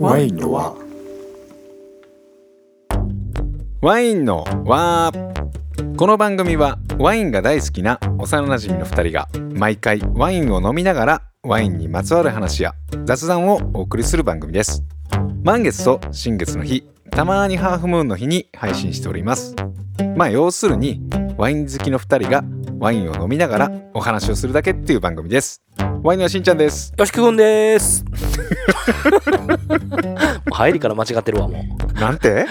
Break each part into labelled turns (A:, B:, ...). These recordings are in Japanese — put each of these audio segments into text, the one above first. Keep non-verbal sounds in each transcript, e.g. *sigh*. A: ワインのは
B: ワインのわーこの番組はワインが大好きな幼なじみの2人が毎回ワインを飲みながらワインにまつわる話や雑談をお送りする番組です満月と新月の日たまにハーフムーンの日に配信しておりますまあ要するにワイン好きの2人がワインを飲みながらお話をするだけっていう番組ですワインのしんちゃんです
C: よしくく
B: *laughs*
C: んです。もう入りから間違ってるわ、もう。
B: なんて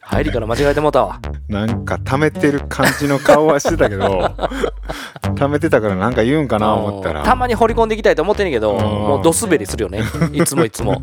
C: 入りから間違えてもうたわ。
B: なんか溜めてる感じの顔はしてたけ
C: *laughs*
B: ど溜めてたからなんか言うんかな思ったら
C: うんたまに掘り込んでいきたいと思ってんねんけど、
B: うん
C: もうドスベリする
B: *laughs*
C: よね。いつもいつも。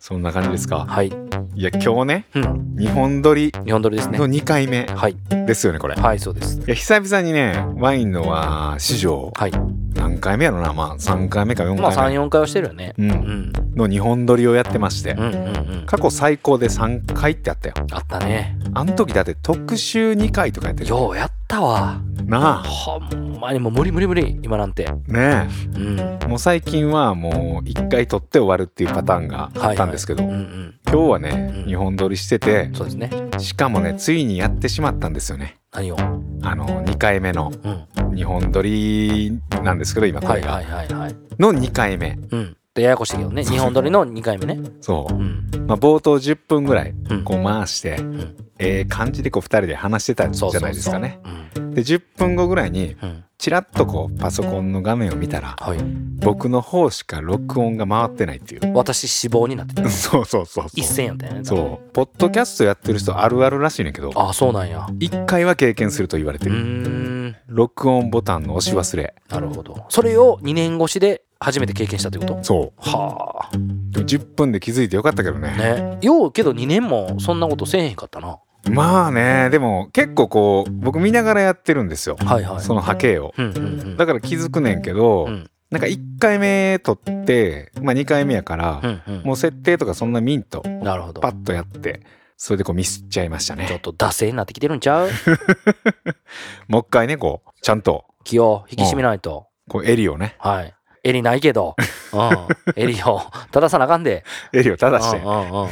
B: そんな感じですか。
C: はい。
B: いや今日ね
C: うん。
B: 日本撮り
C: 日本撮りですね
B: の。2回目
C: はい。
B: ですよねこれ。い
C: はい、そうです。
B: や久々にねワインのは史上
C: はい。
B: 何回目やろなまあ3回目か4
C: まあ、
B: 回
C: 3、4回はしてるよね。
B: 目、
C: う
B: うん
C: ん。
B: の日本撮りをやってまして
C: うんうんうん。
B: 過去最高で3回ってあったよ
C: あったね。
B: あの時だって特集2回とかやってる
C: ようやったわ。
B: な
C: ほんまにもう無理無理無理、今なんて。
B: あね
C: うん。
B: えもう最近はもう1回撮って終わるっていうパターンがあったんですけど、
C: うんうん。
B: 今日はね、
C: うん
B: 日本撮りしてて
C: そうですね。
B: しかもねついにやってしまったんですよね
C: 何を。
B: あの2回目の
C: うん。
B: 日本撮りなんですけど今こ
C: は
B: れ
C: い
B: が、
C: はいはいはい。
B: の2回目
C: うん。で、ややこしいけどね。
B: そうそう
C: 日本撮りの2回目ね。、
B: そう
C: ん。
B: う、まあ、冒頭10分ぐらい
C: うん
B: こう回して、
C: ん
B: ええ感じでこう2人で話してたんじ
C: そうそうそ
B: ゃ
C: う
B: ないですかね
C: うん。
B: で10分後ぐらいに
C: うん。
B: ちらっとこうパソコンの画面を見たら
C: はい。
B: 僕の方しか録音が回ってないっていう *laughs*
C: 私死亡になってた。
B: そうそうそう
C: 一
B: そう
C: 戦やったよね。
B: そうポッドキャストやってる人あるあるらしいねんけど
C: ああ、そうなんや。
B: 1回は経験すると言われ
C: う
B: て
C: ー
B: る、
C: ん。
B: 録音ボタンの押し忘れ
C: なるほど。それを2年越しで初めて経験したってこと
B: そ
C: はあ。
B: うでも10分で気づいてよかったけどね
C: ね。ようけど2年もそんなことせえへんかったな。
B: まあねでも結構こう僕見ながらやってるんですよ、
C: はいはい。
B: その波形を
C: うんうんうん。
B: だから気づくねんけど、
C: うん
B: なんか1回目撮って、まあ、2回目やから
C: う、んうん。
B: もう設定とかそんなミント
C: なるほど。
B: パッとやってそれでこうミスっちゃいました
C: ちょっ
B: ね
C: と惰性になってきてるん
B: *laughs*
C: ちゃう
B: もう一回ねこうちゃんと
C: 気を引き締めないと。
B: こう襟をね
C: はい。襟ないけ
B: *laughs*
C: ど。うん。襟を正さなあかんで。
B: 襟を正して
C: うんうんうん。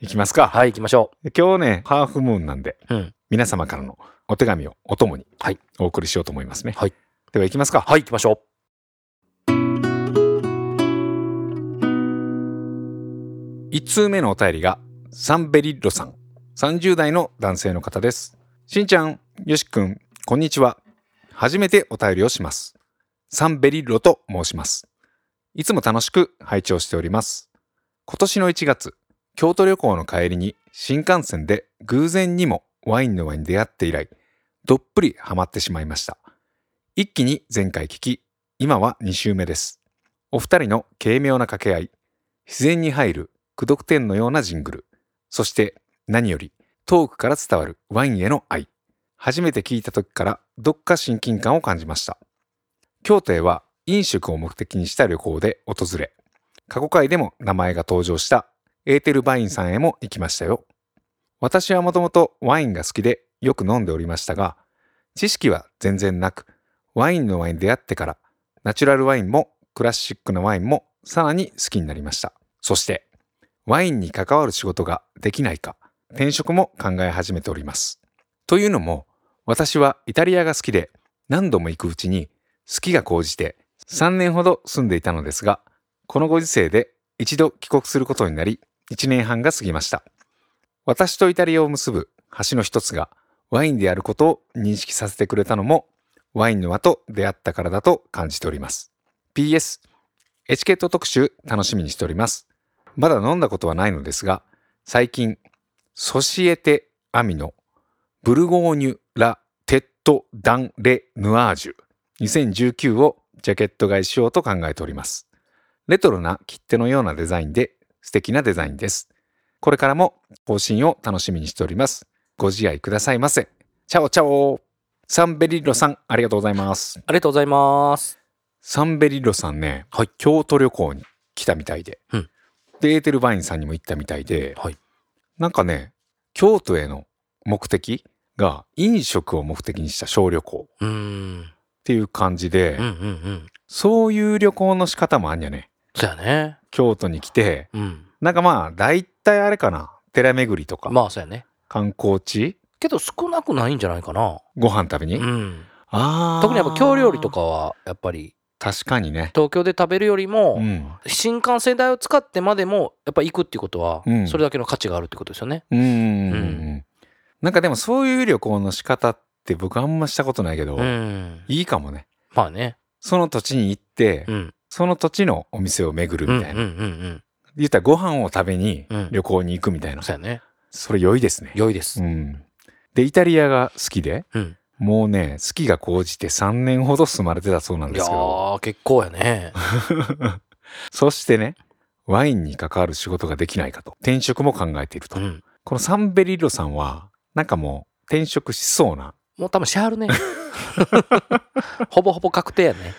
B: いきますか、
C: はい、行きましょ
B: で今日ねハーフムーンなんで
C: う。うん。
B: 皆様からのお手紙をお供に
C: はい
B: お送りしようと思いますね、
C: はい
B: ではいきますか
C: はい、行きましょ
B: 1通目のお便りがサンベリッロさん30代の男性の方ですしんちゃんよしくんこんにちは初めてお便りをしますサンベリッロと申しますいつも楽しく拝聴しております今年の1月京都旅行の帰りに新幹線で偶然にもワインの輪に出会って以来どっぷりハマってしまいました一気に前回聞き今は2週目ですお二人の軽妙な掛け合い自然に入る苦読点のようなジングルそして何よりトークから伝わるワインへの愛初めて聞いた時からどっか親近感を感じました京都へは飲食を目的にした旅行で訪れ過去回でも名前が登場したエーテルバインさんへも行きましたよ私はもともとワインが好きでよく飲んでおりましたが知識は全然なくワインのワインに出会ってからナチュラルワインもクラシックのワインもさらに好きになりましたそしてワインに関わる仕事ができないか転職も考え始めておりますというのも私はイタリアが好きで何度も行くうちに好きが高じて3年ほど住んでいたのですがこのご時世で一度帰国することになり1年半が過ぎました私とイタリアを結ぶ橋の一つがワインであることを認識させてくれたのもワインの輪と出会ったからだと感じております PS エチケット特集楽しみにしておりますまだ飲んだことはないのですが最近ソシエテ・アミのブルゴーニュ・ラ・テッド・ダン・レ・ヌアージュ2019をジャケット買いしようと考えておりますレトロな切手のようなデザインで素敵なデザインですこれからも更新を楽しみにしておりますご自愛くださいませチャオチャオサンベリッロさんありがとうございます
C: う。ありがとうございます。
B: サンベリッロさんね、
C: はい
B: 京都旅行に来たみたいで、
C: うん
B: でエーテルバインさんにも行ったみたいで、
C: はい
B: なんかね京都への目的が飲食を目的にした小旅行っ
C: うーん。
B: ていう感じで、
C: うんうんうん。
B: そういう旅行の仕方もあんやね
C: そうやね。
B: 京都に来て
C: うん。
B: なんかまあ大体あれかな寺巡りとか、
C: まあ、そうやね。
B: 観光地
C: けど少なくないんじゃないかな。
B: ご飯食べに、
C: うん。
B: あー
C: 特にやっぱ京料理とかは、やっぱり
B: 確かにね
C: 東京で食べるよりも、
B: うん、
C: 新幹線代を使ってまでも、やっぱ行くっていうことは
B: うん、
C: それだけの価値があるってことですよね。
B: うんうんうんう
C: うん
B: なんかでもそういう旅行の仕方って僕あんましたことないけど、
C: うん。
B: いいかもね
C: まあね。
B: その土地に行って、
C: うん。
B: その土地のお店を巡る
C: う
B: み
C: ん。うん。
B: たいな、
C: うん。うん。
B: 言ったらご飯を食べに
C: うん
B: 旅行に行くみたいな、
C: そうやね。
B: それ良いですね
C: 良いです
B: う。ん、でイタリアが好きで
C: うん。
B: もうね好きが高じて3年ほど住まれてたそうなん
C: い
B: で
C: や
B: すけど
C: ー、結構やね。
B: そしてねワインに関わる仕事ができないかと転職も考えていると、
C: うん。
B: このサンベリロさんはなんかもう転職しそうな
C: もう多分しは *laughs* るね。ほぼほぼ確定やね。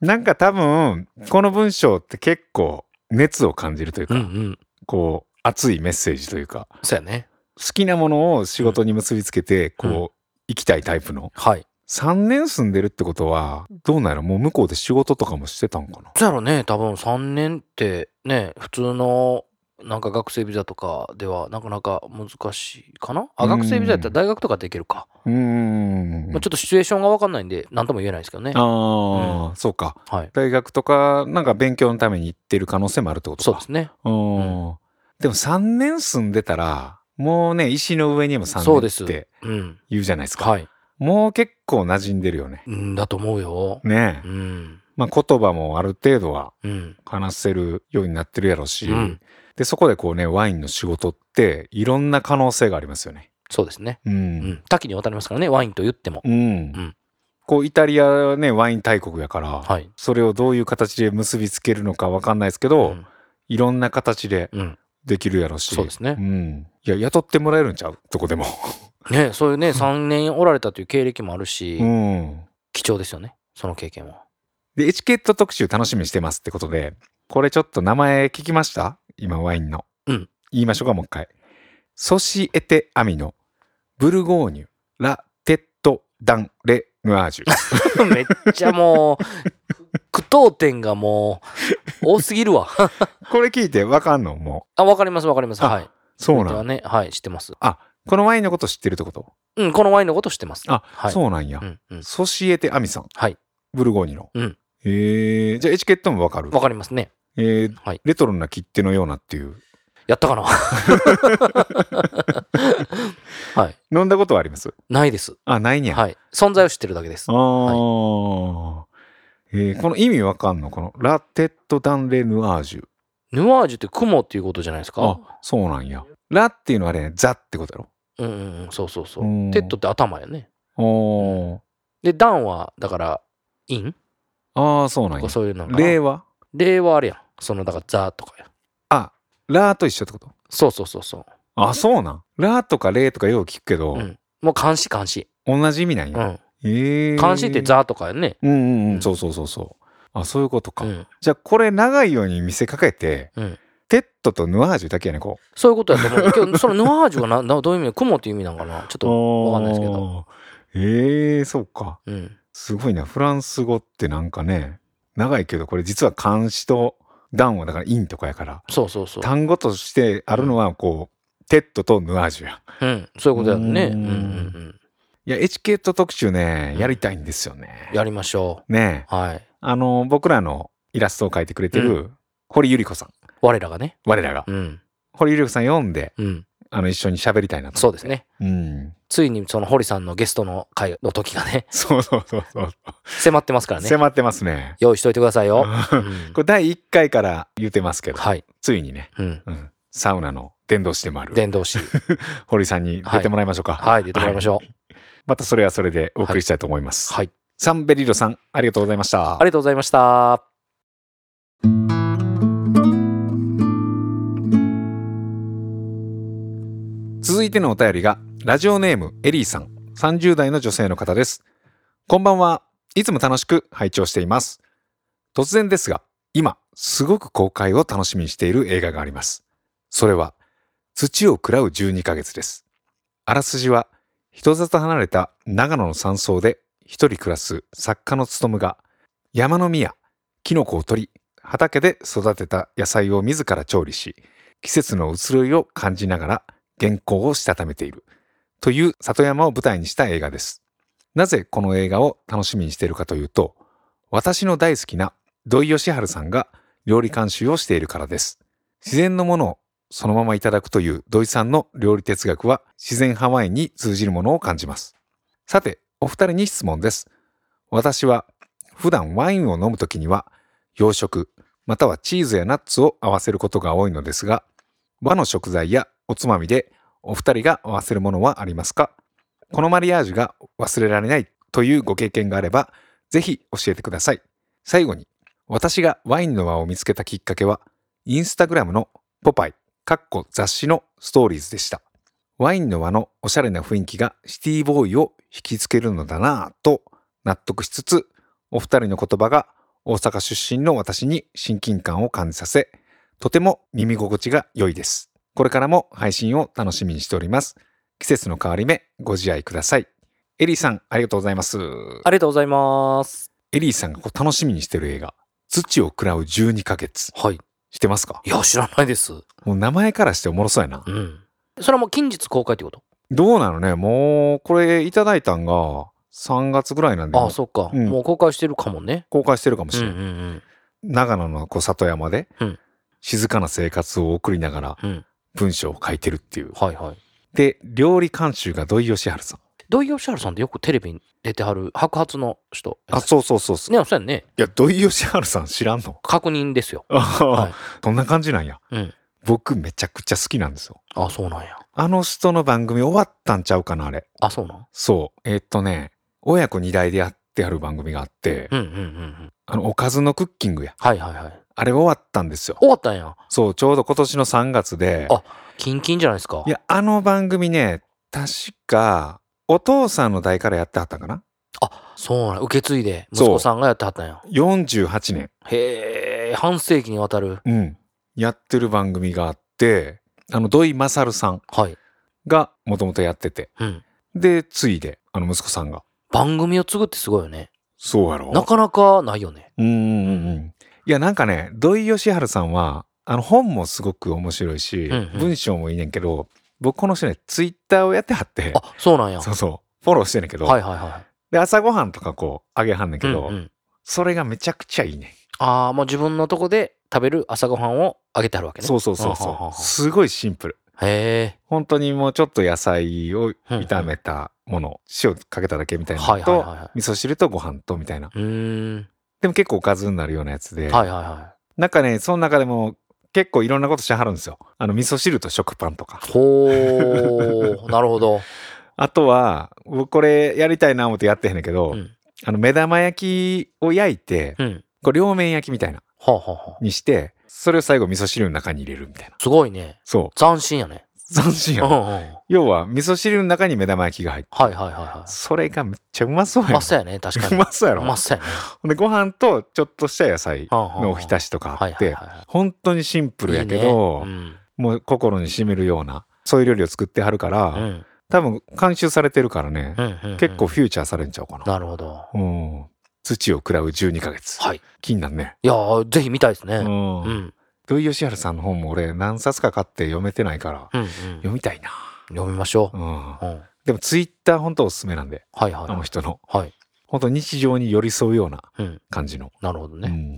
B: なんか多分この文章って結構熱を感じるというか、
C: うんうん。
B: こう熱いメッセージというか
C: そうやね。
B: 好きなものを仕事に結びつけてこう、
C: うん
B: 行きたいタイプの
C: はい。
B: 3年住んでるってことはどうなんやろもう向こうで仕事とかもしてたんかな
C: そうやろね。多分3年ってね、普通のなんか学生ビザとかではなかなか難しいかなあ、
B: うん
C: 学生ビザやったら大学とかでいけるか。
B: うーん
C: まあ、ちょっとシチュエーションが分かんないんで、何とも言えないですけどね。
B: ああ、そうか
C: はい。
B: 大学とかなんか勉強のために行ってる可能性もあるってことか
C: そうですね。
B: うーんでも3年住んでたらもうね石の上にも
C: そう
B: 3
C: で
B: 年
C: す
B: って
C: うん。
B: 言うじゃないですか
C: はい。
B: もう結構馴染んでるよね
C: うんだと思うよ。
B: ね
C: う
B: え、
C: ん。
B: まあ、言葉もある程度は
C: うん。
B: 話せるようになってるやろうし、
C: うん
B: でそこでこうねワインの仕事っていろんな可能性がありますよね。
C: そうですね。
B: う、
C: うんん。多岐にわたりますからね、ワインと言っても。
B: うん
C: ん
B: こうイタリアはねワイン大国やから、
C: はい。
B: それをどういう形で結びつけるのかわかんないですけど、
C: うん
B: いろんな形で
C: うん。
B: できるやろうし
C: そうですね。
B: ん、いや雇ってもらえるんちゃうどこでも。
C: ね、そういうね、3年おられたという経歴もあるし、
B: うん、
C: 貴重ですよね、その経験は。
B: でエチケット特集楽しみにしてますってことでこれちょっと名前聞きました今ワインの、
C: うん
B: 言いましょうかもう一回ソシエテアミのブルゴーニュラテッドダンレヌアージ
C: *laughs*
B: ュ
C: めっちゃもう、句読点がもう、多すぎるわ。 *laughs*
B: これ聞いてわかんのも
C: あ、わかります、わかります。
B: あ
C: はい。
B: うそう
C: これ
B: な
C: は
B: ん
C: ね、はい、知ってます。
B: このワインのこと知ってるってこと
C: うん、このワインのこと知ってます。
B: あ、
C: はい。
B: そうなんや、
C: うん、うん。
B: ソシエテアミさん
C: はい
B: ブルゴーニュの、
C: うん
B: えー、じゃあエチケットもわかる
C: わかりますね。
B: えー
C: はい。
B: レトロな切手のようなっていう
C: やったかな *laughs* はい。
B: 飲んだことはあります
C: ないです。
B: あないんや、
C: はい。存在を知ってるだけです。
B: ああ、えーこの意味わかんのこのラテッド・ダンレ・ヌアージュ。
C: ヌアージュって雲っていうことじゃないですか。
B: あ、そうなんや。ラっていうのはあれね、ザってことやろ。
C: うんうんうん、そうそうそう
B: うん。
C: テッドって頭やね。
B: おー
C: で、ダンは、だから、イン
B: ああ、そうなん
C: と
B: や
C: か。そういうのかな
B: 例は
C: 例はあれやん。そのだからザとかや。
B: あ、ラと一緒ってこと
C: そうそうそうそう。
B: あ、そうなん。ラとか例とかよう聞くけど、
C: うん、もう監視監視。
B: 同じ意味なん
C: う
B: や。
C: ん。
B: えー
C: 監視って。ザとかやね。
B: うんうんう、
C: うんん
B: そうそうそうそう。あ、そういうこと
C: う
B: か。
C: ん。
B: じゃあこれ長いように見せかけて、
C: うん
B: テッドとヌアージュだけやね、こう。
C: そういうことやと *laughs* 思う。けど、そのヌアージュがななどういう意味雲っていう意味なんかなちょっと。わかんないですけど
B: あー。えー、そうか。
C: うん。
B: すごいな。フランス語ってなんかね、長いけど、これ実は漢詞と段はだから陰とかやから、
C: そうそうそう。
B: 単語としてあるのはこう、テッドとヌアージュや。
C: うん。そういうことやね。
B: う
C: うんんうんうん。
B: いや、エチケット特集ね、
C: うん
B: やりたいんですよね。
C: やりましょ
B: ねえ
C: う。はい。
B: あの、僕らのイラストを描いてくれてる、
C: う
B: 堀ゆり子さん。
C: 我らがね。
B: 我らが。
C: うん。
B: 堀ゆり子さん読んで、
C: うん。
B: あの、一緒に喋りたいなと。
C: そうですね。
B: うん。
C: ついにその堀さんのゲストの回の時がね、 *laughs*
B: そうそうそうそう。
C: 迫ってますからね。
B: 迫ってますね。
C: 用意しといてくださいよ。うん
B: *laughs* これ第1回から言ってますけど、
C: はい。
B: ついにね、
C: うん。
B: うん、サウナの伝道師でもある
C: 伝道師。
B: 堀さんに出てもらいましょうか。
C: はい。出てもらいましょう。
B: またそれはそれでお送りしたいと思います。
C: はい。
B: サンベリードさん、ありがとうございました
C: あ。りがとうございました。
B: 続いてのお便りが、ラジオネームエリーさん、30代の女性の方です。こんばんは。いつも楽しく拝聴しています。突然ですが、今、すごく公開を楽しみにしている映画があります。それは、土を喰らう12ヶ月です。あらすじは、人里離れた長野の山荘で一人暮らす作家の務が、山の実やキノコを取り、畑で育てた野菜を自ら調理し、季節の移ろいを感じながら原稿をしたためているという里山を舞台にした映画です。なぜこの映画を楽しみにしているかというと、私の大好きな土井善晴さんが料理監修をしているからです。自然のものをそのままいただくという土井さんの料理哲学は自然派ワインに通じるものを感じます。さて、お二人に質問です。私は普段ワインを飲むときには洋食またはチーズやナッツを合わせることが多いのですが和の食材やおつまみでお二人が合わせるものはありますかこのマリアージュが忘れられないというご経験があればぜひ教えてください最後に私がワインの輪を見つけたきっかけはインスタグラムのポパイかっこ雑誌のストーリーズでしたワインの輪のおしゃれな雰囲気がシティボーイを引きつけるのだなぁと納得しつつお二人の言葉が大阪出身の私に親近感を感じさせ、とても耳心地が良いです。これからも配信を楽しみにしております。季節の変わり目、ご自愛ください。エリーさん、ありがとうございます。
C: ありがとうございます。
B: エリーさんがこう楽しみにしてる映画、土を食らう12ヶ月。
C: はい。
B: してますか
C: いや、知らないです。
B: もう名前からしておもろそうやな
C: う。ん。それはもう近日公開ってこと
B: どうなのねもう、これいただいたんが3月ぐらいなんで、
C: あ
B: も
C: あ、
B: う
C: そうか、
B: うん
C: もう公開してるかもね。
B: 公開してるかも
C: う
B: し
C: ん
B: れ
C: うん
B: な
C: う
B: い。
C: ん。
B: 長野のこう里山で
C: うん、
B: 静かな生活を送りながら
C: うん。
B: 文章を書いてるっていう。
C: はいはい。
B: で、料理監修が土井善晴さん。
C: 土井善晴さんってよくテレビに出てはる白髪の人。
B: あ、そうそうそうそう。
C: ね、そうやんね。
B: いや、土井善晴さん知らん
C: *laughs*
B: の
C: 確認ですよ。
B: あー *laughs* そんな感じなんや。
C: うん。
B: 僕めちゃくちゃ好きなんですよ。
C: あ、そうなんや。
B: あの人の番組終わったんちゃうかな、あれ。
C: あ、そうなん。
B: そう。えーっとね、親子二代でやってある番組があって、
C: うんうんうんうん。
B: あの、おかずのクッキングや。
C: はいはいはい。
B: あれ終わったんですよ。
C: 終わったんや。
B: そう、ちょうど今年の3月で。
C: あキンキンじゃないですか。
B: いや、あの番組ね、確か、お父さんの代からやってはったんかな
C: あ、そうなん。受け継いで息
B: そう
C: 子さんがやってはったんや。
B: ?48 年。
C: へえ、半世紀にわたる。
B: うん、やってる番組があってあの土井勝さん
C: はい。
B: がもともとやってて
C: うん。
B: でついであの息子さんが
C: 番組を継ぐってすごいよね。
B: そうやろ
C: なかなかないよね。
B: うんうんうんいやなんかね土井善晴さんはあの本もすごく面白いし、
C: うんうん
B: 文章もいいねんけど僕この人ねツイッターをやってはって
C: あ、そうなんや。
B: そ
C: は
B: うそうフォローしてんねんけど、
C: いはいは
B: で朝ごはんとかこうあげはんねん
C: い。
B: けど、
C: うんうん
B: それがめちゃくちゃいいね
C: ああ、もう自分のとこで食べる朝ごはんをあげてあるわけね。
B: そうそうそう
C: はあはあ
B: そ
C: は
B: うすごいシンプル
C: あへ
B: 本当にもうちょっと野菜を
C: え。うん
B: 炒めたもの、塩かけただけみたいなの
C: はいはい
B: と、
C: はいは。
B: 味噌汁とご飯とみたいない
C: うーん。
B: でも結構おかずになるようなやつで、
C: はいはいは
B: なんかねその中でも結構いろんなことしてはるんですよあの味噌汁と食パンとか
C: い。ほー、なるほ
B: *laughs*
C: ど。
B: あとは僕これやりたいな思ってやってへんねんけど、
C: うん。
B: あの目玉焼きを焼いて、
C: うん。
B: こう両面焼きみたいな
C: はあはあはあ。
B: にしてそれを最後味噌汁の中に入れるみたいな
C: すごいね。
B: そ
C: 斬新やね。
B: う斬新
C: う
B: や
C: んうん。
B: ろ
C: はい
B: 要は味噌汁の中に目玉焼きが入って
C: はいはいは
B: それがめっちゃうまそうや
C: い。
B: ろ
C: まっさやね、確か
B: う
C: に。
B: まそうやろ、
C: まっさやね。
B: でご飯とちょっとした野菜のおひた
C: し
B: しとかあ
C: は
B: っ
C: い
B: て、
C: はいは
B: 本当にシン
C: い。
B: プルやけど
C: いいね
B: もう心にしめるようなそういう料理を作ってはるから、
C: うん。うん。
B: 多分監修されてるからね、
C: うんうんうん
B: 結構。フューチャーされんちゃうかな、
C: なるほど。
B: うん、土を食らう12ヶ月、
C: はい。
B: 気になるね、
C: いやー、ぜひ見たいです
B: う
C: ね。
B: ん
C: うん。うん
B: 土井善晴さんの本も俺何冊か買って読めてないから
C: うん。
B: 読みたいな、
C: 読みましょ
B: うん、
C: う。うん。
B: でもツイッター本当おすすめなんで
C: はい
B: あの
C: は
B: 人の
C: い。はい。
B: 本当日常に寄り添うような
C: うん。
B: 感じの
C: なるほど
B: う
C: ね。
B: ん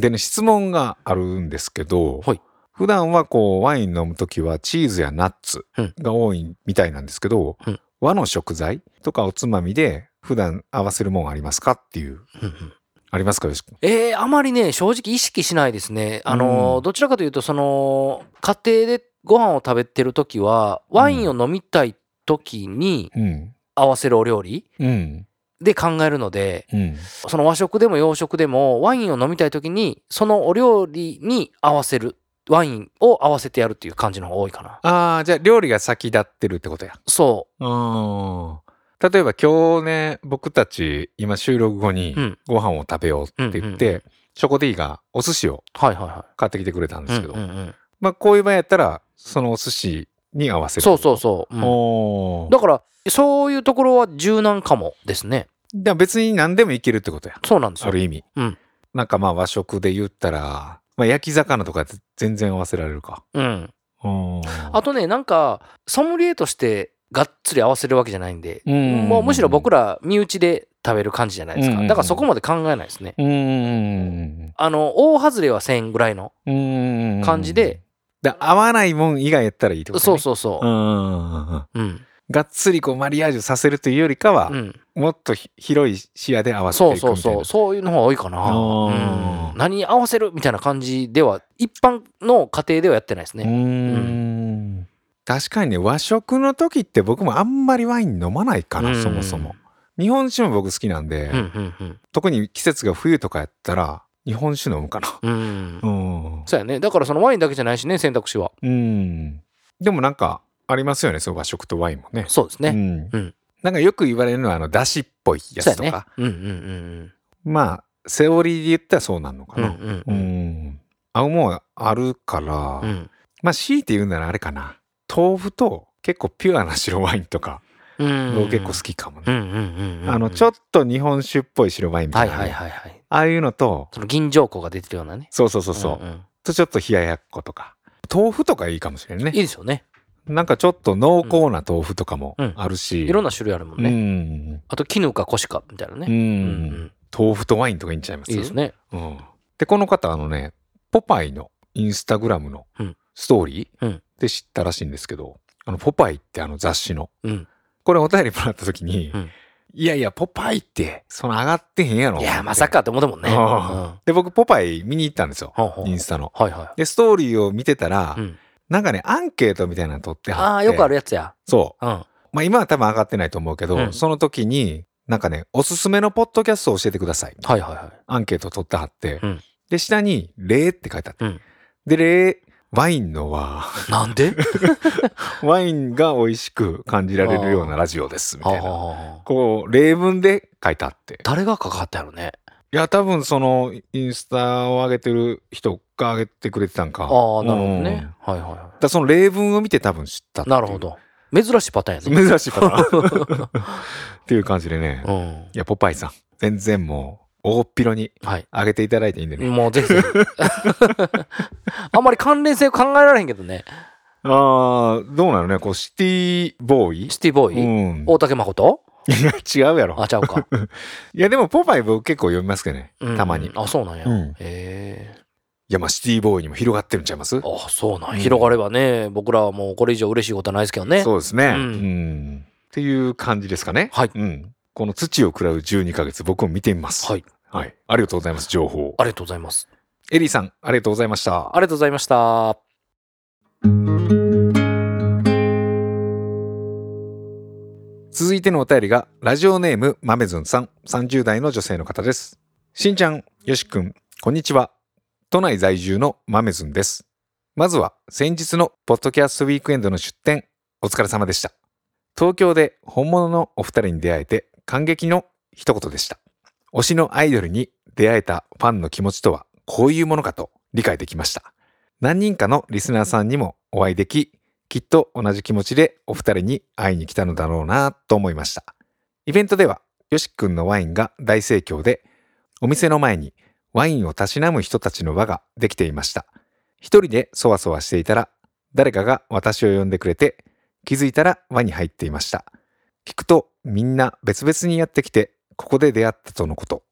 B: でね質問があるんですけど、
C: はい
B: 普段はこうワイン飲む時はチーズやナッツ
C: うん
B: が多いみたいなんですけど、
C: うん
B: 和の食材とかおつまみで普段合わせるもんありますかっていう
C: うんうん
B: ありますかよし君
C: えー、あまりね、正直意識しないですね。あのー
B: うん
C: どちらかというと、その、家庭でご飯を食べてるときは、ワインを飲みたいときに
B: うん
C: 合わせるお料理
B: うん
C: で考えるので、
B: うん
C: その和食でも洋食でも、ワインを飲みたいときに、そのお料理に合わせる、ワインを合わせてやるっていう感じの方が多いかな。
B: ああじゃあ料理が先立ってるってことや
C: そ
B: うん例えば今日ね僕たち今収録後に
C: うん
B: ご飯を食べようって言って、
C: うんうんう
B: チョコ D がお寿司を
C: う。はいはいはい。
B: 買ってきてくれたんですけど、
C: うんうんうん
B: まあ、こういう場合やったら、そのお寿司に合わせる。
C: そうそうそう、うん
B: おー
C: だからそういうところは柔軟かもですね
B: だから別に何でもいけるってことや。
C: そうなんです
B: あ
C: よ
B: る意味。
C: うん
B: なんかまあ和食で言ったら、まあ、焼き魚とかぜ全然合わせられるか。
C: うん。
B: うん
C: あとね、なんか、ソムリエとしてがっつり合わせるわけじゃないんで、
B: うん
C: もうむしろ僕ら身内で食べる感じじゃないですか。
B: うん
C: だからそこまで考えないですね。
B: うんうん
C: あの、大外れは1000ぐらいの。
B: うんうんうん
C: 感じで。
B: だ合わないもん以外やったらいいってこと
C: そう
B: ね。
C: そうそ
B: うんうんうんうん
C: う。うん。
B: がっつりこうマリアージュさせるというよりかは、
C: うん。
B: もっとひ広い視野で合わせていく
C: そう
B: みたい
C: そ
B: な
C: うそう。そういうの方が多いかな。
B: あー
C: うん何合わせるみたいな感じでは、一般の家庭ではやってないです
B: うー
C: ね。
B: ん確かにね和食の時って僕もあんまりワイン飲まないかな、
C: うん
B: そもそも日本酒も僕好きなんで、
C: うんうんうん。
B: 特に季節が冬とかやったら日本酒飲むかな
C: うん
B: う。ん、
C: そうやね。だからそのワインだけじゃないしね、選択肢は。
B: うん、でもなんかありますよねそう和食とワインもね
C: そうですね。
B: うん
C: うん
B: なんかよく言われるのはあのだしっぽいや
C: そう
B: つ
C: や
B: と
C: ね
B: か、。
C: うんうんうん
B: まあセオリーで言ったらそうなんのか
C: うん。う
B: な、
C: ん
B: う
C: うんん
B: 合うもんはあるから、
C: うん。うん
B: まあ強いて言うならあれかな豆腐と結構ピュアな白ワインとか
C: うん
B: 僕結構好きかもね、
C: うんうんうんうんうん。
B: あのちょっと日本酒っぽい白ワインみた
C: はいい
B: な、
C: はいはいはい。
B: ああいうのと
C: その銀条湖が出てるようなね。
B: そうそうそうそう、
C: んん
B: とちょっと冷ややっことか豆腐とかいいかもしれない
C: い
B: ね
C: ですよね。
B: なんかちょっと濃厚な豆腐とかも
C: うん
B: あるし、
C: いろん
B: な
C: な種類あるもん
B: ねう
C: ね。
B: ん
C: あと、絹か腰かみたいな
B: うん
C: ね。うんうん。
B: 豆腐とワインとかいいんちゃいます
C: いいです、ね。
B: うん、でこの方あのねポパイのインスタグラムの
C: うん
B: ストーリ
C: うん
B: ーで知ったらしいんですけど、あのポパイってあの雑誌の
C: うん。
B: これお便りもらった時に、
C: うん
B: いやいやポパイってその上がってへんやろ
C: いや、まさかって思ったもんね。うん
B: あで、僕、ポパイ見に行ったんですよ。
C: ほうほう
B: インスタの。
C: はいは
B: で、ストーリーを見てたら、
C: い。うん
B: なんかね、アンケートみたいなの取っては
C: あ
B: っ
C: あ、
B: て。
C: よくあるやつや。
B: そ
C: うん。
B: う。まあ今は多分上がってないと思うけど、
C: うん
B: その時に、なんかね、おすすめのポッドキャストを教えてください。
C: はいはいは
B: アンケート取ってはって。
C: うん
B: で、下に、例って書いてあって。
C: うん
B: で、例、ワインのは、 *laughs*
C: い。なんで
B: ワインが美味しく感じられるようなラジオです、み
C: あ
B: たいな。
C: あ。
B: こう、例文で書いてあって。
C: 誰がかかったやろね。
B: いや、多分その、インスタを上げてる人が上げてくれてたんか。
C: ああ、なるほど
B: うん
C: ね。はいはいは
B: だからその例文を見て多分知ったっ
C: い。
B: ていう
C: なるほ。ど。珍しいパターンやね。
B: 珍しいパタ
C: *laughs*
B: ーン。っていう感じでね。い
C: うん。
B: や、ポパイさん、全然もう、大っぴろに
C: はい。
B: 上げていただいていいんでね。
C: もうぜひ
B: *laughs*
C: ぜひ。あんまり関連性考えられへんけどね。
B: ああ、どうなのね、こう、シティボーイ
C: シティボーイ、
B: うん。
C: 大竹誠
B: いや、違うやろ。
C: あ、ちゃう
B: *laughs*
C: か。
B: いや、でも、ポパイ僕結構読みますけどね。
C: うん
B: たまに。い
C: あ、そうなんや。
B: うん
C: へえ。
B: や、まあ、シティボーイにも広がってるんちゃいます
C: あ、そうなん
B: うん
C: や。広がればね、僕らはもうこれ以上嬉しいことはないですけどね。
B: そうですね。う
C: うん
B: ん。っていう感じですかね。
C: はい
B: うん。この土を食らう12ヶ月、僕も見てみます。
C: はい。
B: はい。ありがとうございます、情報。
C: ありがとうございます。
B: エリーさん、ありがとうございました
C: あ。りがとうございました。
B: 続いてのお便りがラジオネームまめずんさん30代の女性の方ですしんちゃんよしくんこんにちは都内在住のまめずんですまずは先日のポッドキャストウィークエンドの出展お疲れ様でした東京で本物のお二人に出会えて感激の一言でした推しのアイドルに出会えたファンの気持ちとはこういうものかと理解できました何人かのリスナーさんにもお会いでききっと同じ気持ちでお二人に会いに来たのだろうなと思いました。イベントでは、よしくんのワインが大盛況で、お店の前にワインをたしなむ人たちの輪ができていました。一人でそわそわしていたら、誰かが私を呼んでくれて、気づいたら輪に入っていました。聞くとみんな別々にやってきて、ここで出会ったとのこと。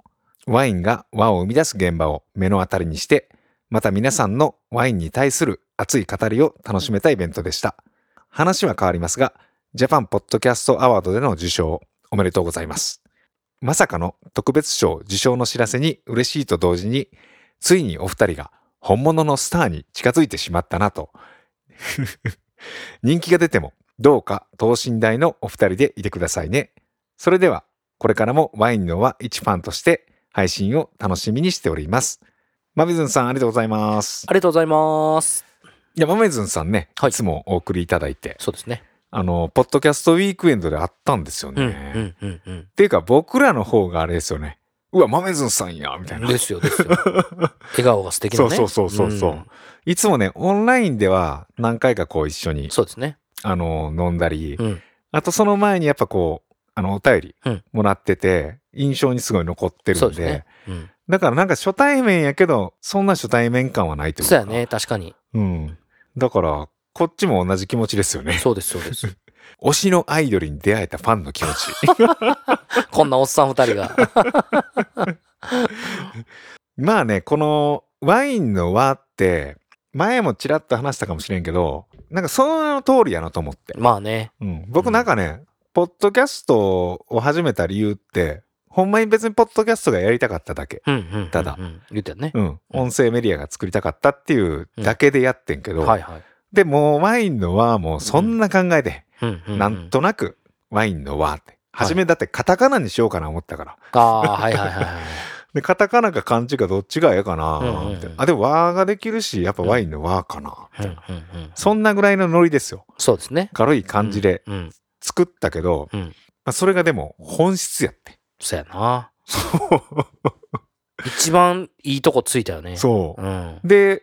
B: ワインが輪を生み出す現場を目の当たりにして、また皆さんのワインに対する熱い語りを楽しめたイベントでした。話は変わりますが、ジャパンポッドキャストアワードでの受賞おめでとうございます。まさかの特別賞受賞の知らせに嬉しいと同時に、ついにお二人が本物のスターに近づいてしまったなと。 *laughs* 人気が出ても、どうか等身大のお二人でいてくださいね。それでは、これからもワインのは一ファンとして配信を楽しみにしております。マメズンさんありがとうございます。
C: ありがとうございます。
B: いや、マメズンさんね、
C: はい
B: いつもお送りいただいて、
C: そうですね。
B: あの、ポッドキャストウィークエンドであったんですよ
C: う
B: ね。
C: ん、う
B: っ
C: ん、うん、うん。
B: ていうか、僕らの方があれですよね。うわ、マメズンさんや、みたいな。
C: ですよ、
B: *laughs*
C: ですよ。笑顔が素敵なね。
B: そうそうそうそうそうんいつもね、オンラインでは何回かこう一緒に、
C: そうですね。
B: あの、飲んだり、
C: うん。
B: あとその前にやっぱこう、あの、お便り
C: うん
B: もらってて、印象にすごい残ってるん
C: そう
B: で、
C: ですね。うん。
B: だからなんか初対面やけど、そんな初対面感はないというか。
C: そうやね、確かに。
B: うん。だから、こっちも同じ気持ちですよね。
C: そうです、そうです。
B: 推しのアイドルに出会えたファンの気持ち。
C: こんなおっさん二人が。
B: *laughs* まあね、このワインの輪って、前もちらっと話したかもしれんけど、なんかその通りやなと思って。
C: まあね。
B: うん、僕なんかね、ポッドキャストを始めた理由って、ほんまに別にポッドキャストがやりたかっただけ。
C: うんうんうんうん
B: ただ。
C: 言ってたね。
B: うん、音声メディアが作りたかったっていうだけでやってんけど、
C: はいはい。
B: でもうワインの輪はもうそんな考えで、
C: うんうう
B: なん。となくワインの輪って。初めだってカタカナにしようかな思ったから。
C: ああ、はいはいはいはい。
B: で、カタカナか漢字かどっちがええかなって、
C: うんうんうん
B: あ、でも和ができるし、やっぱワインの和かな、
C: うんうんうん
B: そんなぐらいのノリですよ。
C: そうですね。
B: 軽い感じで
C: うん。
B: 作ったけど、
C: うん。
B: まあ、それがでも本質やって。
C: そうやな。一番いいとこついたよね。。
B: そう
C: ん。
B: で、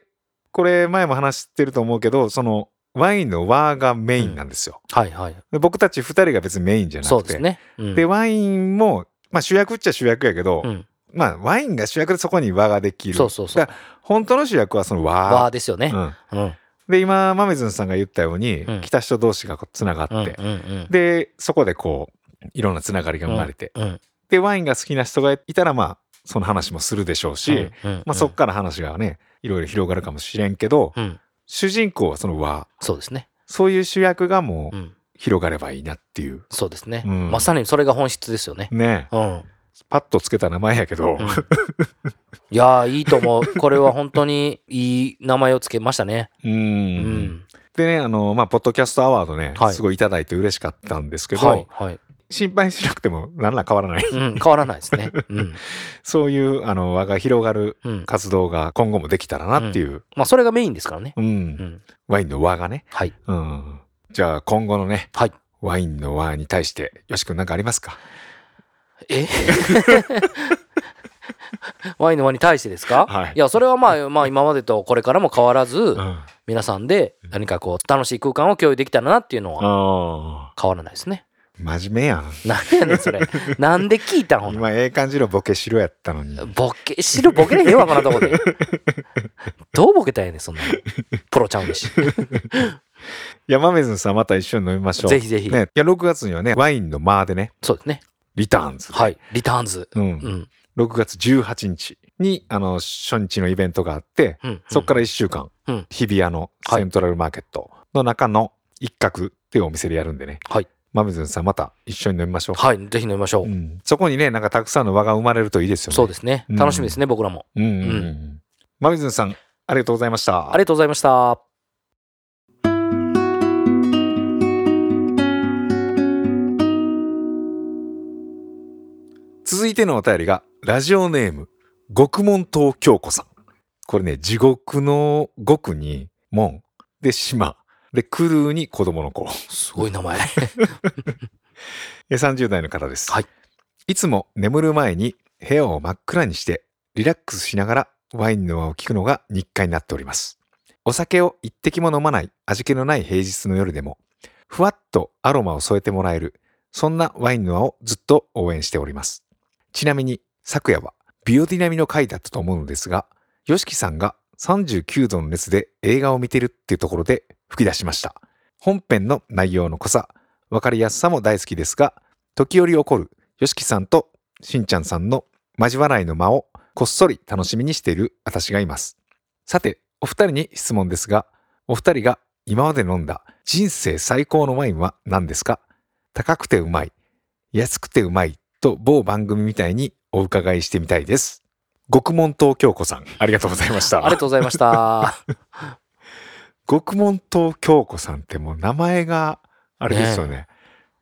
B: これ前も話してると思うけど、そのワインの和がメインなんですよ。
C: はいはい。
B: で僕たち二人が別にメインじゃなくて。
C: そうですね。うん
B: で、ワインも、まあ主役っちゃ主役やけど、
C: うん。
B: まあワインが主役でそこに和ができる。
C: そうそうそう
B: だ。本当の主役はその和。
C: わーですよね。
B: うん
C: うん。うん
B: で、今、マメズンさんが言ったように、
C: うん
B: 来た人同士がつながって、
C: うんうん。
B: で、そこでこう、いろんなつながりが生まれて、
C: うん。
B: で、ワインが好きな人がいたら、まあ、その話もするでしょうし、
C: うんうん
B: まあそっから話がね、いろいろ広がるかもしれんけど、
C: うん。
B: 主人公はその和。
C: そうですね。
B: そういう主役がも
C: う。
B: うん広がればいいなっていう。
C: そうですね。
B: うん
C: まさにそれが本質ですよね。
B: ね
C: うん。
B: パッとつけた名前やけど、
C: うん *laughs* いやー、いいと思う。これは本当にいい名前をつけましたね。
B: うん
C: う。ん。
B: でね、あの、まあ、ポッドキャストアワードね、
C: はい
B: すごいいただいて嬉しかったんですけど、
C: はい。はい。
B: 心配しなくても何ら変わらない。 *laughs*
C: うん。変わらないですね。うん。
B: そういう、あの、輪が広がる
C: うん。
B: 活動が今後もできたらなっていう、
C: まあ、それがメインですからね。
B: うん、
C: うん。
B: ワインの輪がね。
C: はい。
B: うん。じゃあ、今後のね、
C: はい。
B: ワインの輪に対して、よしくんなんかありますか
C: えワインの輪に対してですか、
B: はい
C: や、それはまあ、まあ、今までとこれからも変わらず、
B: うん。あ
C: 皆さんで何かこう、楽しい空間を共有できたらなっていうのは
B: あ
C: 変わらないですね。
B: ー。真面目やん。
C: なんやねん、それ。なんで聞いたんほな
B: 今、ええ感じのボケしろやったのに。
C: ボケ、汁ボケれへんわ、こんなとこで。どうボケたんやねん、そんなのプロちゃうんでし。
B: 山水さん、また一緒に飲みましょう。
C: ぜひぜひ。
B: ね。いや、6月にはね、ワインの間でね、
C: そうですね。
B: リターンズ。
C: はい。リターンズ。
B: うん。
C: うん。
B: 6月18日に、あの、初日のイベントがあって、
C: うん。。
B: そこからら1週間、
C: うん
B: 日比谷のセントラルマーケットの中の一角っていうお店でやるんでね、
C: はい。
B: マミズンさんまた一緒に飲みましょう。
C: はい。ぜひ飲みましょ
B: う
C: う。
B: んそこにね、なんかたくさんの輪が生まれるといいですよね。
C: そうですね。
B: うん
C: 楽しみですね、僕らも。
B: うんうんうん
C: う
B: マミズンさん、ありがとうございました。
C: ありがとうございました。
B: 続いてのお便りが、ラジオネーム、極門島京子さん。これね、地獄の極に門、で島、でクルーに子供の子。
C: すごい名前。
B: え30代の方です。
C: はい。
B: いつも眠る前に部屋を真っ暗にしてリラックスしながらワインの輪を聞くのが日課になっております。お酒を一滴も飲まない味気のない平日の夜でもふわっとアロマを添えてもらえるそんなワインの輪をずっと応援しております。ちなみに昨夜はビオディナミの回だったと思うのですが YOSHIKI さんが39度の熱で映画を見てるっていうところで吹き出しました。本編の内容の濃さ、わかりやすさも大好きですが、時折起こる YOSHIKI さんとしんちゃんさんの交わらいの間をこっそり楽しみにしている私がいます。さて、お二人に質問ですが、お二人が今まで飲んだ人生最高のワインは何ですか高くてうまい、安くてうまいと某番組みたいにお伺いしてみたいです。極門島京子さん、ありがとうございまし
C: *laughs* ありが
B: た。
C: とうございました。
B: 極門島京子さんってもう名前があれですよね。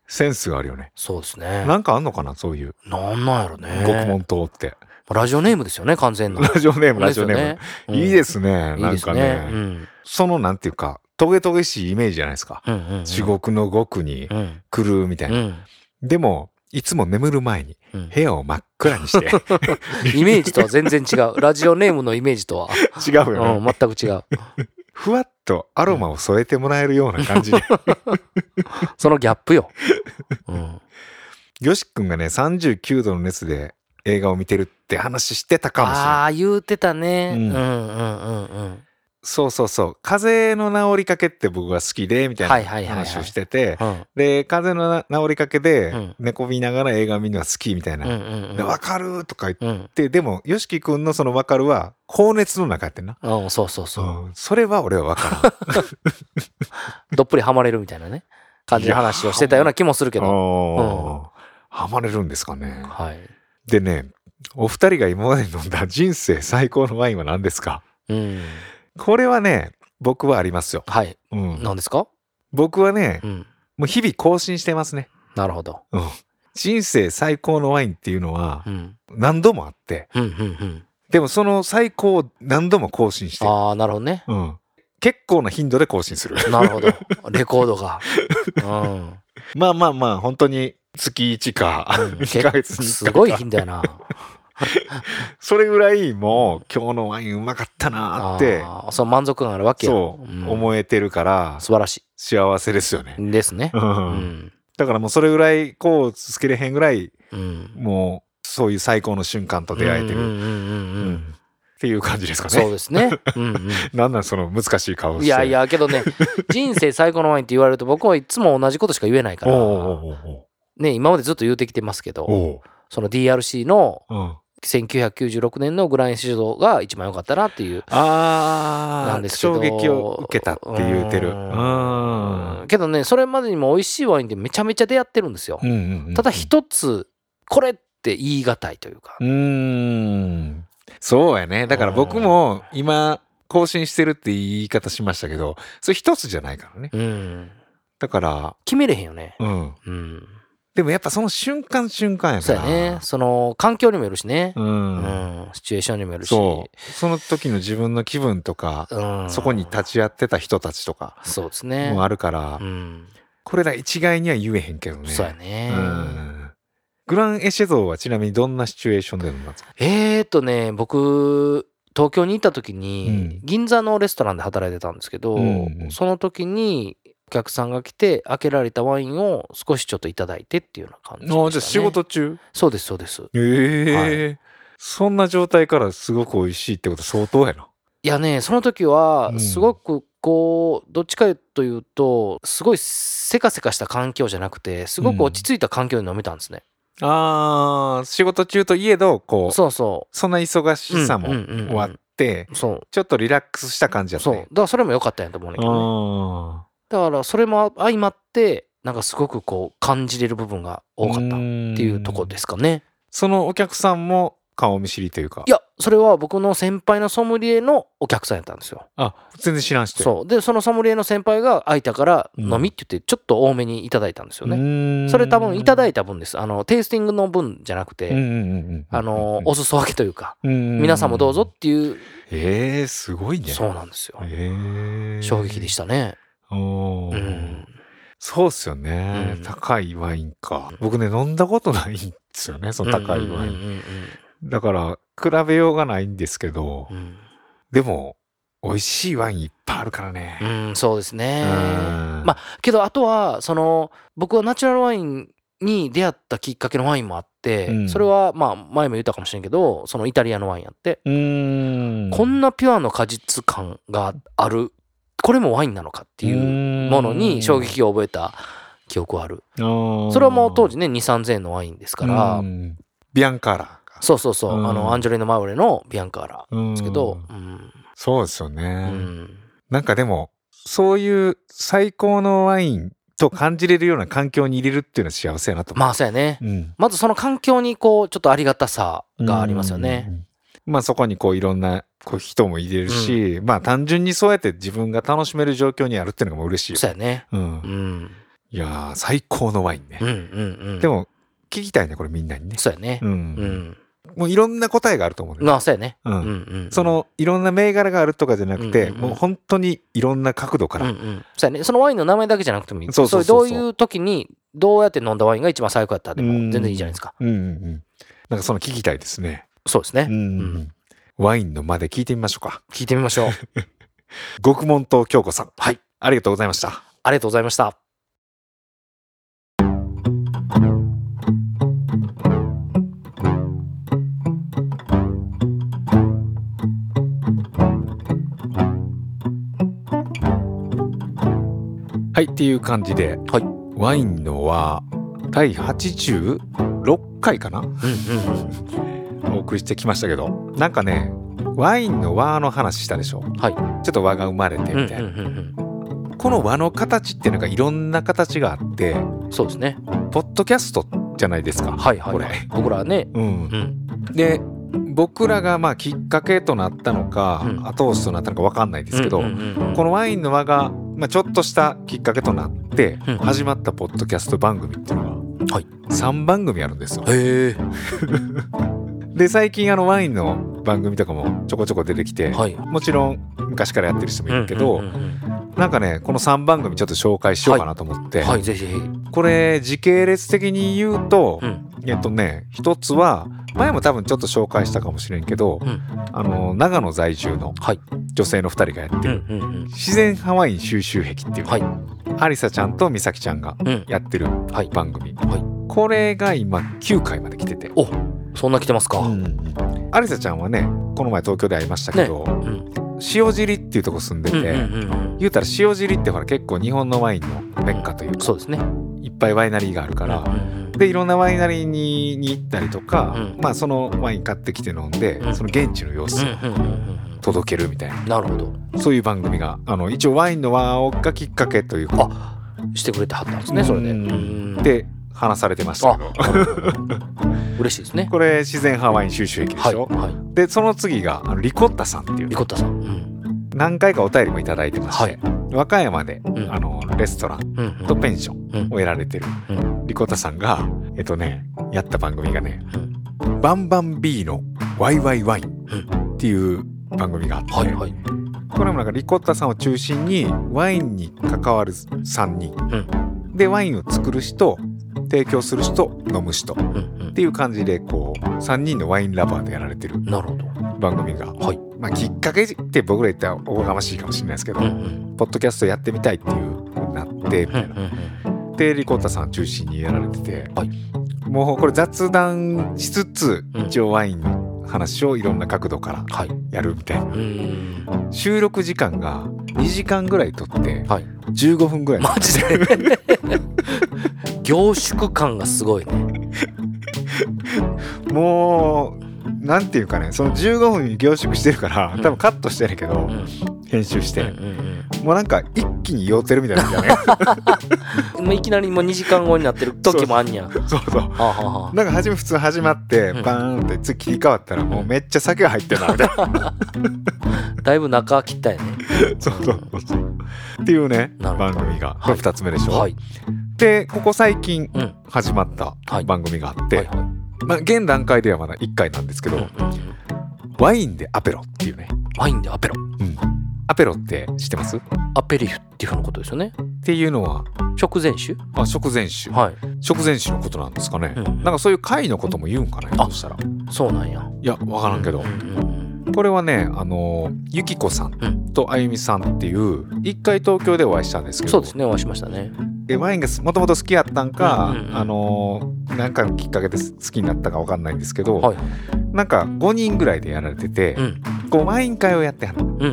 B: センスがあるよね。
C: そうですね。
B: なんかあんのかなそういう
C: なんなんやろね。
B: 極門島って。
C: ラジオネームですよね、完全な。
B: ラジオネー *laughs* ム、ラジオネーム。
C: ム
B: いいですすね。
C: よねうん
B: ないん
C: いです
B: か
C: ね。
B: ね。
C: うん
B: そのなんていうか、トゲトゲしいイメージじゃないですか。
C: うんうんうん。
B: 地獄の極に
C: うん。
B: 来るみたいうな。
C: ん。
B: でも、いつも眠る前に
C: うん
B: 部屋を真っ暗にして、
C: *laughs* イメージとは全然違う。ラジオネームのイメージとは。
B: *laughs* 違う
C: う
B: よ
C: ん、
B: ね。
C: 全く違う。
B: ふわっとアロマを添えてもらえるような感じ
C: *laughs*
B: で。
C: そのギャップよ。うん。
B: よし君がね、39度の熱で映画を見てるって話してたかもしれない
C: ああ、言うてたね。
B: う
C: うんんうんうんうん。
B: そうそうそう風邪の治りかけって僕が好きでみたい
C: は
B: ない
C: はいはいはい
B: 話をしてて、
C: うん
B: で風邪のな治りかけで
C: うん
B: 寝込みながら映画見るのは好きみたいな「
C: う
B: で
C: んうん
B: わ、かる!」とか言っ
C: うん。
B: てでも YOSHIKI 君のその「わかる」は高熱の中やってんな。
C: うん。うん、そうそうそう。
B: うんそれは俺はわか
C: どっぷりハマれるみたいなね。感じの話をしてたような気もするけ
B: らん。
C: ど。
B: おーハマれるんですかね。
C: はい。
B: でねお二人が今まで飲んだ人生最高のワインは何ですか
C: うん。
B: これはね僕はありますよ。
C: はい。
B: うん
C: 何ですか
B: 僕はね
C: うん。
B: もう日々更新してますね。
C: なるほど。
B: うん人生最高のワインっていうのは
C: うん。
B: 何度もあって
C: うんうんうん。
B: でもその最高を何度も更新して、
C: ああ、なるほどね。
B: うん、結構な頻度で更新
C: *laughs*
B: する
C: なるほど。レコードが。うん。
B: まあまあまあ本当に月1か
C: うん
B: 2ヶ月に
C: すごい頻度やな。
B: *laughs* それぐらいもう今日のワインうまかったなーって
C: あーそう満足感があるわけや
B: そう
C: うん
B: 思えてるから
C: 素晴らし
B: 幸せですよね、
C: いですね
B: *laughs* う。
C: うんん。
B: だからもうそれぐらいこう続けれへんぐらい
C: うん。
B: もうそういう最高の瞬間と出会えて
C: うんう
B: る、
C: んうん
B: う
C: うんんうん。
B: っていう感じですか
C: そう
B: ね
C: ですね。うんうん。
B: *laughs* なんなんその難しい顔して
C: いやいや、けどね、人生最高のワインって言われると、僕はいつも同じことしか言えないか
B: おう
C: ら、
B: おうおう
C: ね、今までずっと言うてきてますけ
B: お
C: ど、
B: うおう
C: その DRC の
B: うん
C: 1996年のグランシドが一番良かったなっていう。
B: あ
C: なん
B: あ
C: ですけ
B: 衝
C: ど
B: 撃を受けたって言うてる。う
C: うん
B: ん
C: けどね、それまでにも美味しいワインってめちゃめちゃ出会ってるんですよ。
B: うんうん
C: ただ一つ、これって言い難いというか
B: う。ーんそうやねだから僕も今更新してるって言い方しましたけどそれ一つじゃないからね
C: うん。
B: だから
C: 決めれへんよね。
B: うん
C: うん。
B: でもやっぱその瞬間瞬間や
C: そ
B: か
C: う
B: ら
C: やね。その、環境にもよるしね。
B: うん、
C: うん。シチュエーションにもよるし。
B: そうその時の自分の気分とか、
C: うん。
B: そこに立ち会ってた人たちとか
C: そうですね。
B: もあるから、
C: うん。
B: これら一概には言えへんけどね
C: そうやね。
B: うんグランエシェゾーはちなみにどんなシチュエーションで飲んだんですか
C: えーとね、僕、東京に行った時に
B: うん、
C: 銀座のレストランで働いてたんですけど、
B: うんうん
C: その時に、お客さんが来て、開けられたワインを少しちょっといただいてっていうような感じでした、ね。
B: ああじゃあ仕事中
C: そうです、そうです。
B: ええそんな状態からすごく美味しいってこと相当やな。
C: いやね、その時
B: う
C: は、
B: ん
C: すごくこう、どっちかというと、すごいせかせかした環境じゃなくて、すごく落ち着いた環境で飲めたんですね。
B: あー仕事中といえどこうそ
C: そうそ
B: んな忙
C: う。
B: しさも
C: うんうんうんうん
B: 終わって、
C: そう。
B: ちょっとリラックスした感じやった
C: そう。だ
B: ね。
C: からそれも良かったんやと思うねんだけどね。
B: あ
C: だからそれも相まってなんかすごくこう感じれる部分が
B: ー
C: 多かったっ
B: ん
C: ていうとこですかね。
B: そのお客さんも顔見知りというか
C: いやそれは僕の先輩のソムリエのお客さんやったんですよ。
B: あ全然知らんして
C: そうでそのソムリエの先輩が空いたから
B: うん
C: 飲みって言ってちょっと多めにいただいたんですよね。
B: ね
C: それ多分いただ
B: い
C: いた分です。あのテイスティングの分じゃなくて、
B: うんうんうんうん、
C: あのお裾分けというか、
B: 皆
C: 皆さんもどうぞっていう、
B: えー、すごいね。
C: そうなんですよ。
B: えー
C: 衝撃でしたね。
B: お
C: う
B: ー
C: ん、
B: そうっすよね、
C: うん
B: 高いワインか。僕ね、飲んだことないんですよね、その高いワイ
C: うん
B: ン。
C: うん
B: だから、比べようがないんですけど
C: う、ん
B: でも、美味しいワインいっぱいあるからね
C: う。ん、うん、そうですね。
B: うん
C: まけどあとはその僕はナチュラルワインに出会ったきっかけのワインもあって、
B: うん
C: それはまあ前も言ったかもしれんけどそのイタリアのワインやって、
B: うーん。
C: こんなピュアの果実感があるこれもワインなのかっていうものに衝撃を覚えた記憶はある
B: うん。
C: それはもう当時ね2 3 0円のワインです
B: か
C: から、
B: ビアンカーラーか。
C: そうそうそう、
B: うん
C: あのアンジョレーノ・マウレのビアンカーラ
B: うん
C: ですけど、うん
B: そうですよね、
C: うん
B: なんかでも、そういう最高のワインと感じれるような環境に入れるっていうのは幸せやなと思う。
C: まあそうやね
B: うん。
C: まずその環境にこうちょっとありがたさがありますよ
B: う
C: ね
B: んうんうん。まあそこにこういろんなこう人も入れるし、まあ単純にそうやって自分が楽しめる状況にあるっていうのがもう嬉しいよ
C: そうやね
B: うん
C: う。ん
B: いやー最高のワインね
C: う。んうんうん
B: でも聞きたいねこれみんなにね。
C: そうやね
B: う。。
C: うんん。
B: もういろんな答えがあると思うね。
C: まあ、そうやね。
B: う。
C: うんうんん。
B: そ、のいろんな銘柄があるとかじゃなくて、
C: うんうんうん
B: もう本当にいろんな角度か
C: うん
B: ら。
C: うん。そうやね。そのワインの名前だけじゃなくてもいい。
B: そうそうそうそう
C: れどういう時に、どうやって飲んだワインが一番最高やったでも
B: うん
C: 全然いいじゃないですか。
B: うんうんうん。なんかその聞きたいですね。
C: そうですね
B: う。んうんう。
C: うん
B: ワインの間で聞いてみましょうか。
C: 聞いてみまし *laughs* ょう。
B: 極門島京子さん。はい。ありがとうございました。
C: ありがとうございました。
B: はいっていう感じで、
C: はい
B: ワインのは第86回かな
C: うんうんうん。
B: お送りしてきましたけどなんかねワインの和の話したでしょ、
C: はい
B: ちょっと和が生まれて
C: うん
B: み
C: うん
B: たいな、
C: うん
B: この和の形っていうのがいろんな形があって
C: うん。そうですね。
B: ポッドキャストじゃないですか、
C: はいはい、
B: これ
C: はい。僕らはね、
B: うん
C: う、ん。
B: で僕らがまあきっかけとなったのか、
C: うん
B: 後押しとなったのか分かんないですけど、
C: うんうんうんうん
B: このワインの輪が、まあ、ちょっとしたきっかけとなって
C: うん
B: 始まったポッドキャスト番組っていうのが、
C: はい
B: 3番組あるんですよ。
C: へえ。
B: で最近あのワインの番組とかもちょこちょこ出てきて、
C: はい。
B: もちろん昔からやってる人もいるけど、
C: うんうんうん
B: なんかねこの3番組ちょっと紹介しようかなと思って、
C: うんはい、ぜひぜひ。う
B: これ時系列的に言うと、
C: ん。
B: えっとね一つは前も多分ちょっと紹介したかもしれんけど、
C: うん
B: あの長野在住の
C: はい
B: 女性の2人がやって
C: う
B: る、
C: んうんうん。
B: 自然ハワイン収集癖っていう、
C: はい。
B: アリサちゃんと美咲ちゃんが
C: うん。
B: やってる
C: はい。
B: 番組、
C: はい
B: これが今9回まで来てて、
C: おそんな来てますか。
B: うんうんアリサちゃんはねこの前東京で会いましたけど、
C: うん。
B: 塩尻っていうとこ住んで
C: う
B: て、
C: んうんうん
B: 言うたら塩尻ってほら結構日本のワインのメッカという
C: うん。
B: か、
C: そうですね。
B: いっぱいワイナリーがあるから、
C: うん
B: でいろんなワイナリーにに行ったりとか、
C: うん
B: まあそのワイン買ってきて飲んで、
C: うん
B: その現地の様
C: うん
B: 子
C: う
B: を
C: んうんうんうん
B: 届けるみたいな、
C: うん。なるほど。
B: そういう番組があの一応ワインの輪をがきっかけというか
C: あしてくれてはったんですね、それで。
B: うん
C: うん
B: で話されてましたけど
C: *laughs* 嬉しいですね。
B: これ自然ハワイン収集駅で
C: は
B: し
C: い。
B: ょ、
C: はい。
B: でその次があのリコッタさんっていう
C: リコッタさん。うん。
B: 何回かお便りもいただいてまして、
C: はい
B: 和歌山で、
C: ん
B: あのレストラン
C: うんう
B: と
C: ん。
B: ペンション
C: うん
B: をやられてる、
C: う
B: リコッタさんがえっとねやった番組がね
C: うん
B: 「バンバン B のワイワイワイン」っていう番組があって、
C: はいはい。
B: これもなんかリコッタさんを中心にワインに関わる3人、でワインを作る人提供する人飲む人っ
C: うんうん
B: ていう感じでこう3人のワインラバーでやられてる
C: なるほど。
B: 番組が、
C: はい
B: まあ、きっかけって僕ら言ったらおこがましいかもしれないですけど、
C: うんうん。
B: ポッドキャストやってみたいっていう風になってみ
C: うん
B: た
C: う
B: いな。
C: ん
B: でリコッタさん中心にやられてて、
C: はい
B: もうこれ雑談しつつ
C: うん
B: 一応ワインの話をいろんな角度から
C: はい。
B: やるみたいな
C: うん。
B: 収録時間が2時間ぐらいとって
C: はい
B: 15分ぐらい、
C: マジで凝縮感がすごいね。
B: もうなんていうかねその15分に凝縮してるから
C: うん
B: 多分カットしてるけど、
C: うんうん
B: 編集して、
C: うん
B: もうなんか一気に酔ってるみたいなん
C: *laughs*
B: だよね
C: うん。もういきなりもう2時間後になってる時もあんにゃ。
B: そうそう
C: はあはあは
B: なんか初め普通始まって
C: うん
B: バーンって次切り替わったらもうめっちゃ酒が入ってるなみたい
C: *laughs*
B: な
C: あだいぶ中切ったよね。
B: そうそうそうそうっていうね
C: なるほ
B: 番
C: ど
B: 組が
C: はい
B: これ2つ目でしょ、
C: はい。
B: でここ最近
C: うん。は
B: 始まった
C: はい
B: 番組があっ
C: い
B: て、
C: はい。
B: まあ、現段階ではまだ1回なんですけど、
C: うんうん
B: ワインでアペロっていうね
C: ワインでアペロ。
B: アペロって知ってますっ
C: アペリフっていうふうなことですよね。
B: ていうのは
C: 食前酒
B: あ食前酒
C: はい。
B: 食前酒のことなんですかね、
C: うん
B: なんかそういう会のことも言うんかね
C: あ
B: どうしたらい
C: そうなんや。
B: や分からんけど、
C: うんうん
B: これはねあのゆきこさ
C: うんん
B: とあゆみさんっていう一回東京でお会いしたんです
C: う
B: けど
C: んそうですね、お会いしましたね。
B: でワインがもともと好きやったんか、
C: うんうんうん
B: あのなんかのきっかけで好きになったか分かんないんですけど、
C: はい。
B: なんか5人ぐらいでやられてて、
C: うん。
B: こうワイン会をやってはる、
C: うんうんうんう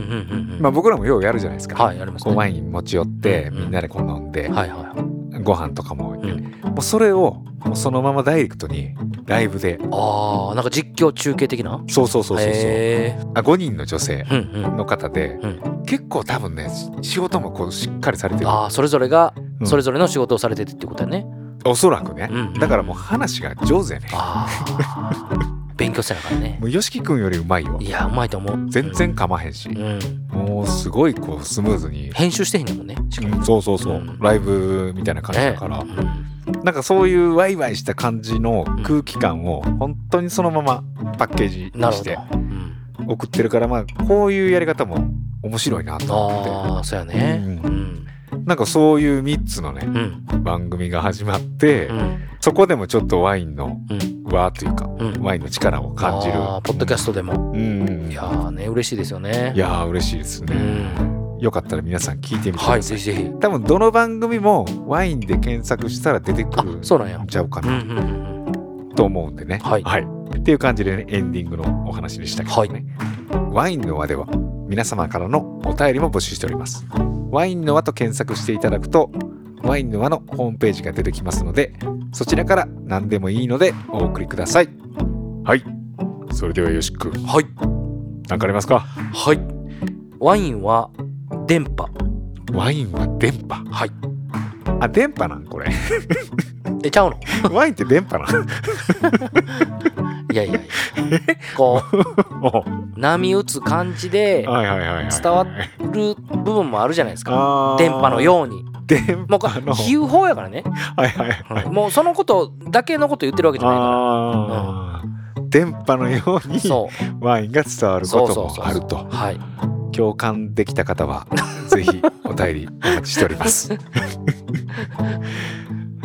C: ん。
B: まあ、僕らもようやるじゃないですか、
C: はい、あります
B: こ
C: ね。
B: うワ
C: はい
B: イン持ち寄って
C: うんうん
B: みんなでこう飲んで、
C: はいはい。
B: ご飯とかも,、
C: うん
B: もうそれをもうそのままダイレクトにライブで
C: ああ、なんか実況中継的な
B: そうそうそうそうそう
C: へ
B: あ5人の女性
C: え。うんうん。
B: の方で、
C: う
B: 結構多分ねし仕事もこうしっかりされてる
C: ああ、それぞれが
B: う、ん
C: それぞれの仕事をされててってことやね。
B: おそらくね、
C: うんうん
B: だからもう話が上手やね
C: ああ。勉強してなあか
B: *laughs*
C: らね
B: も。う YOSHIKI 君よりうまいよ
C: いや、うまいと思う。
B: 全然かまへんし
C: う、ん。うん。
B: もうすごいこうスムーズに、
C: 編集してへんねんもんね。しかも
B: うんそうそうそう、
C: うん
B: ライブみたいな感じだ
C: ね
B: から、
C: うん
B: なんかそういうワイワイした感じの空気感を本当にそのままパッケージ
C: な
B: に
C: る
B: し
C: ほ
B: て
C: ど。うん
B: 送ってるからまあこういうやり方も面白いなと思
C: ああ、そうやね。
B: う
C: うん。
B: ってなんかそういう3つのね
C: うん。
B: 番組が始まって
C: うん。
B: そこでもちょっとワインの
C: うん
B: 和というか
C: うん。
B: ワインの力を感じる
C: あーポッドキャストでも。
B: トうん
C: い
B: い
C: や
B: や
C: ーね、嬉しいですよね。
B: ー嬉しいです
C: う
B: ね
C: ん。
B: よかったら皆さん聞いてみてく
C: は
B: だ
C: い、
B: さ
C: ぜ
B: い
C: ひぜひ。
B: 多分どの番組もワインで検索したら出てく
C: あ
B: るん
C: そうなんや。
B: ちゃうか
C: うん
B: な
C: うんうんうん。
B: と思うんでね。
C: はい
B: っていう感じでね、エンディングのお話でしたけどね。ワインの輪では皆様からのお便りも募集しております。ワインの輪と検索していただくとワインの輪のホームページが出てきますのでそちらから何でもいいのでお送りくださいはいそれではよしくん
C: はい。
B: 何かありますか
C: はい。ワインは電波。
B: ワインは電波
C: はい。
B: あ電波なんこれ *laughs*
C: え、ちゃうの
B: ワインって電波 *laughs* なん *laughs*
C: いやいやいや。こう、波打つ感じで
B: はいはいはいはい
C: 伝わる部分もあるじゃないですか。
B: あー
C: 電波のように。
B: 電
C: もうこ
B: 波
C: れ
B: の、
C: 比喩法やからね。
B: はいはいはい
C: もうそのことだけのこと言ってるわけじゃないか
B: あー電波のように
C: ら。そ
B: ワインが伝わることもあると
C: う。はい。
B: 共感できた方は *laughs* ぜひお便りお待ちしており
C: *laughs*
B: ます。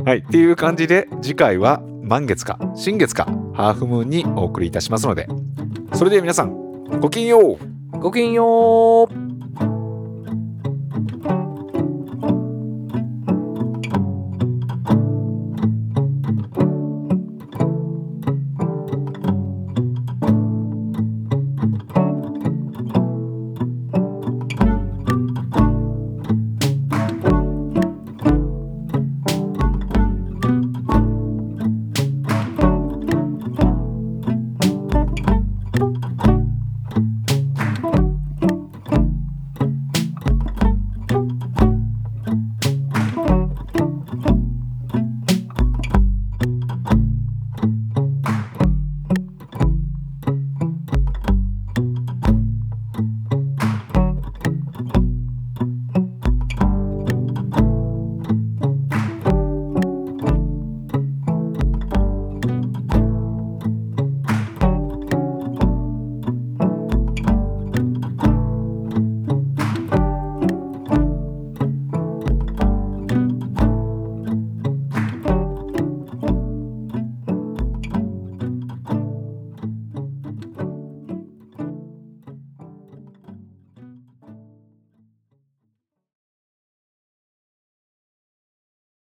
B: はい、っていう感じで次回は満月か新月かハーフムーンにお送りいたしますのでそれでは皆さんごきげんよう
C: ごきげんよう。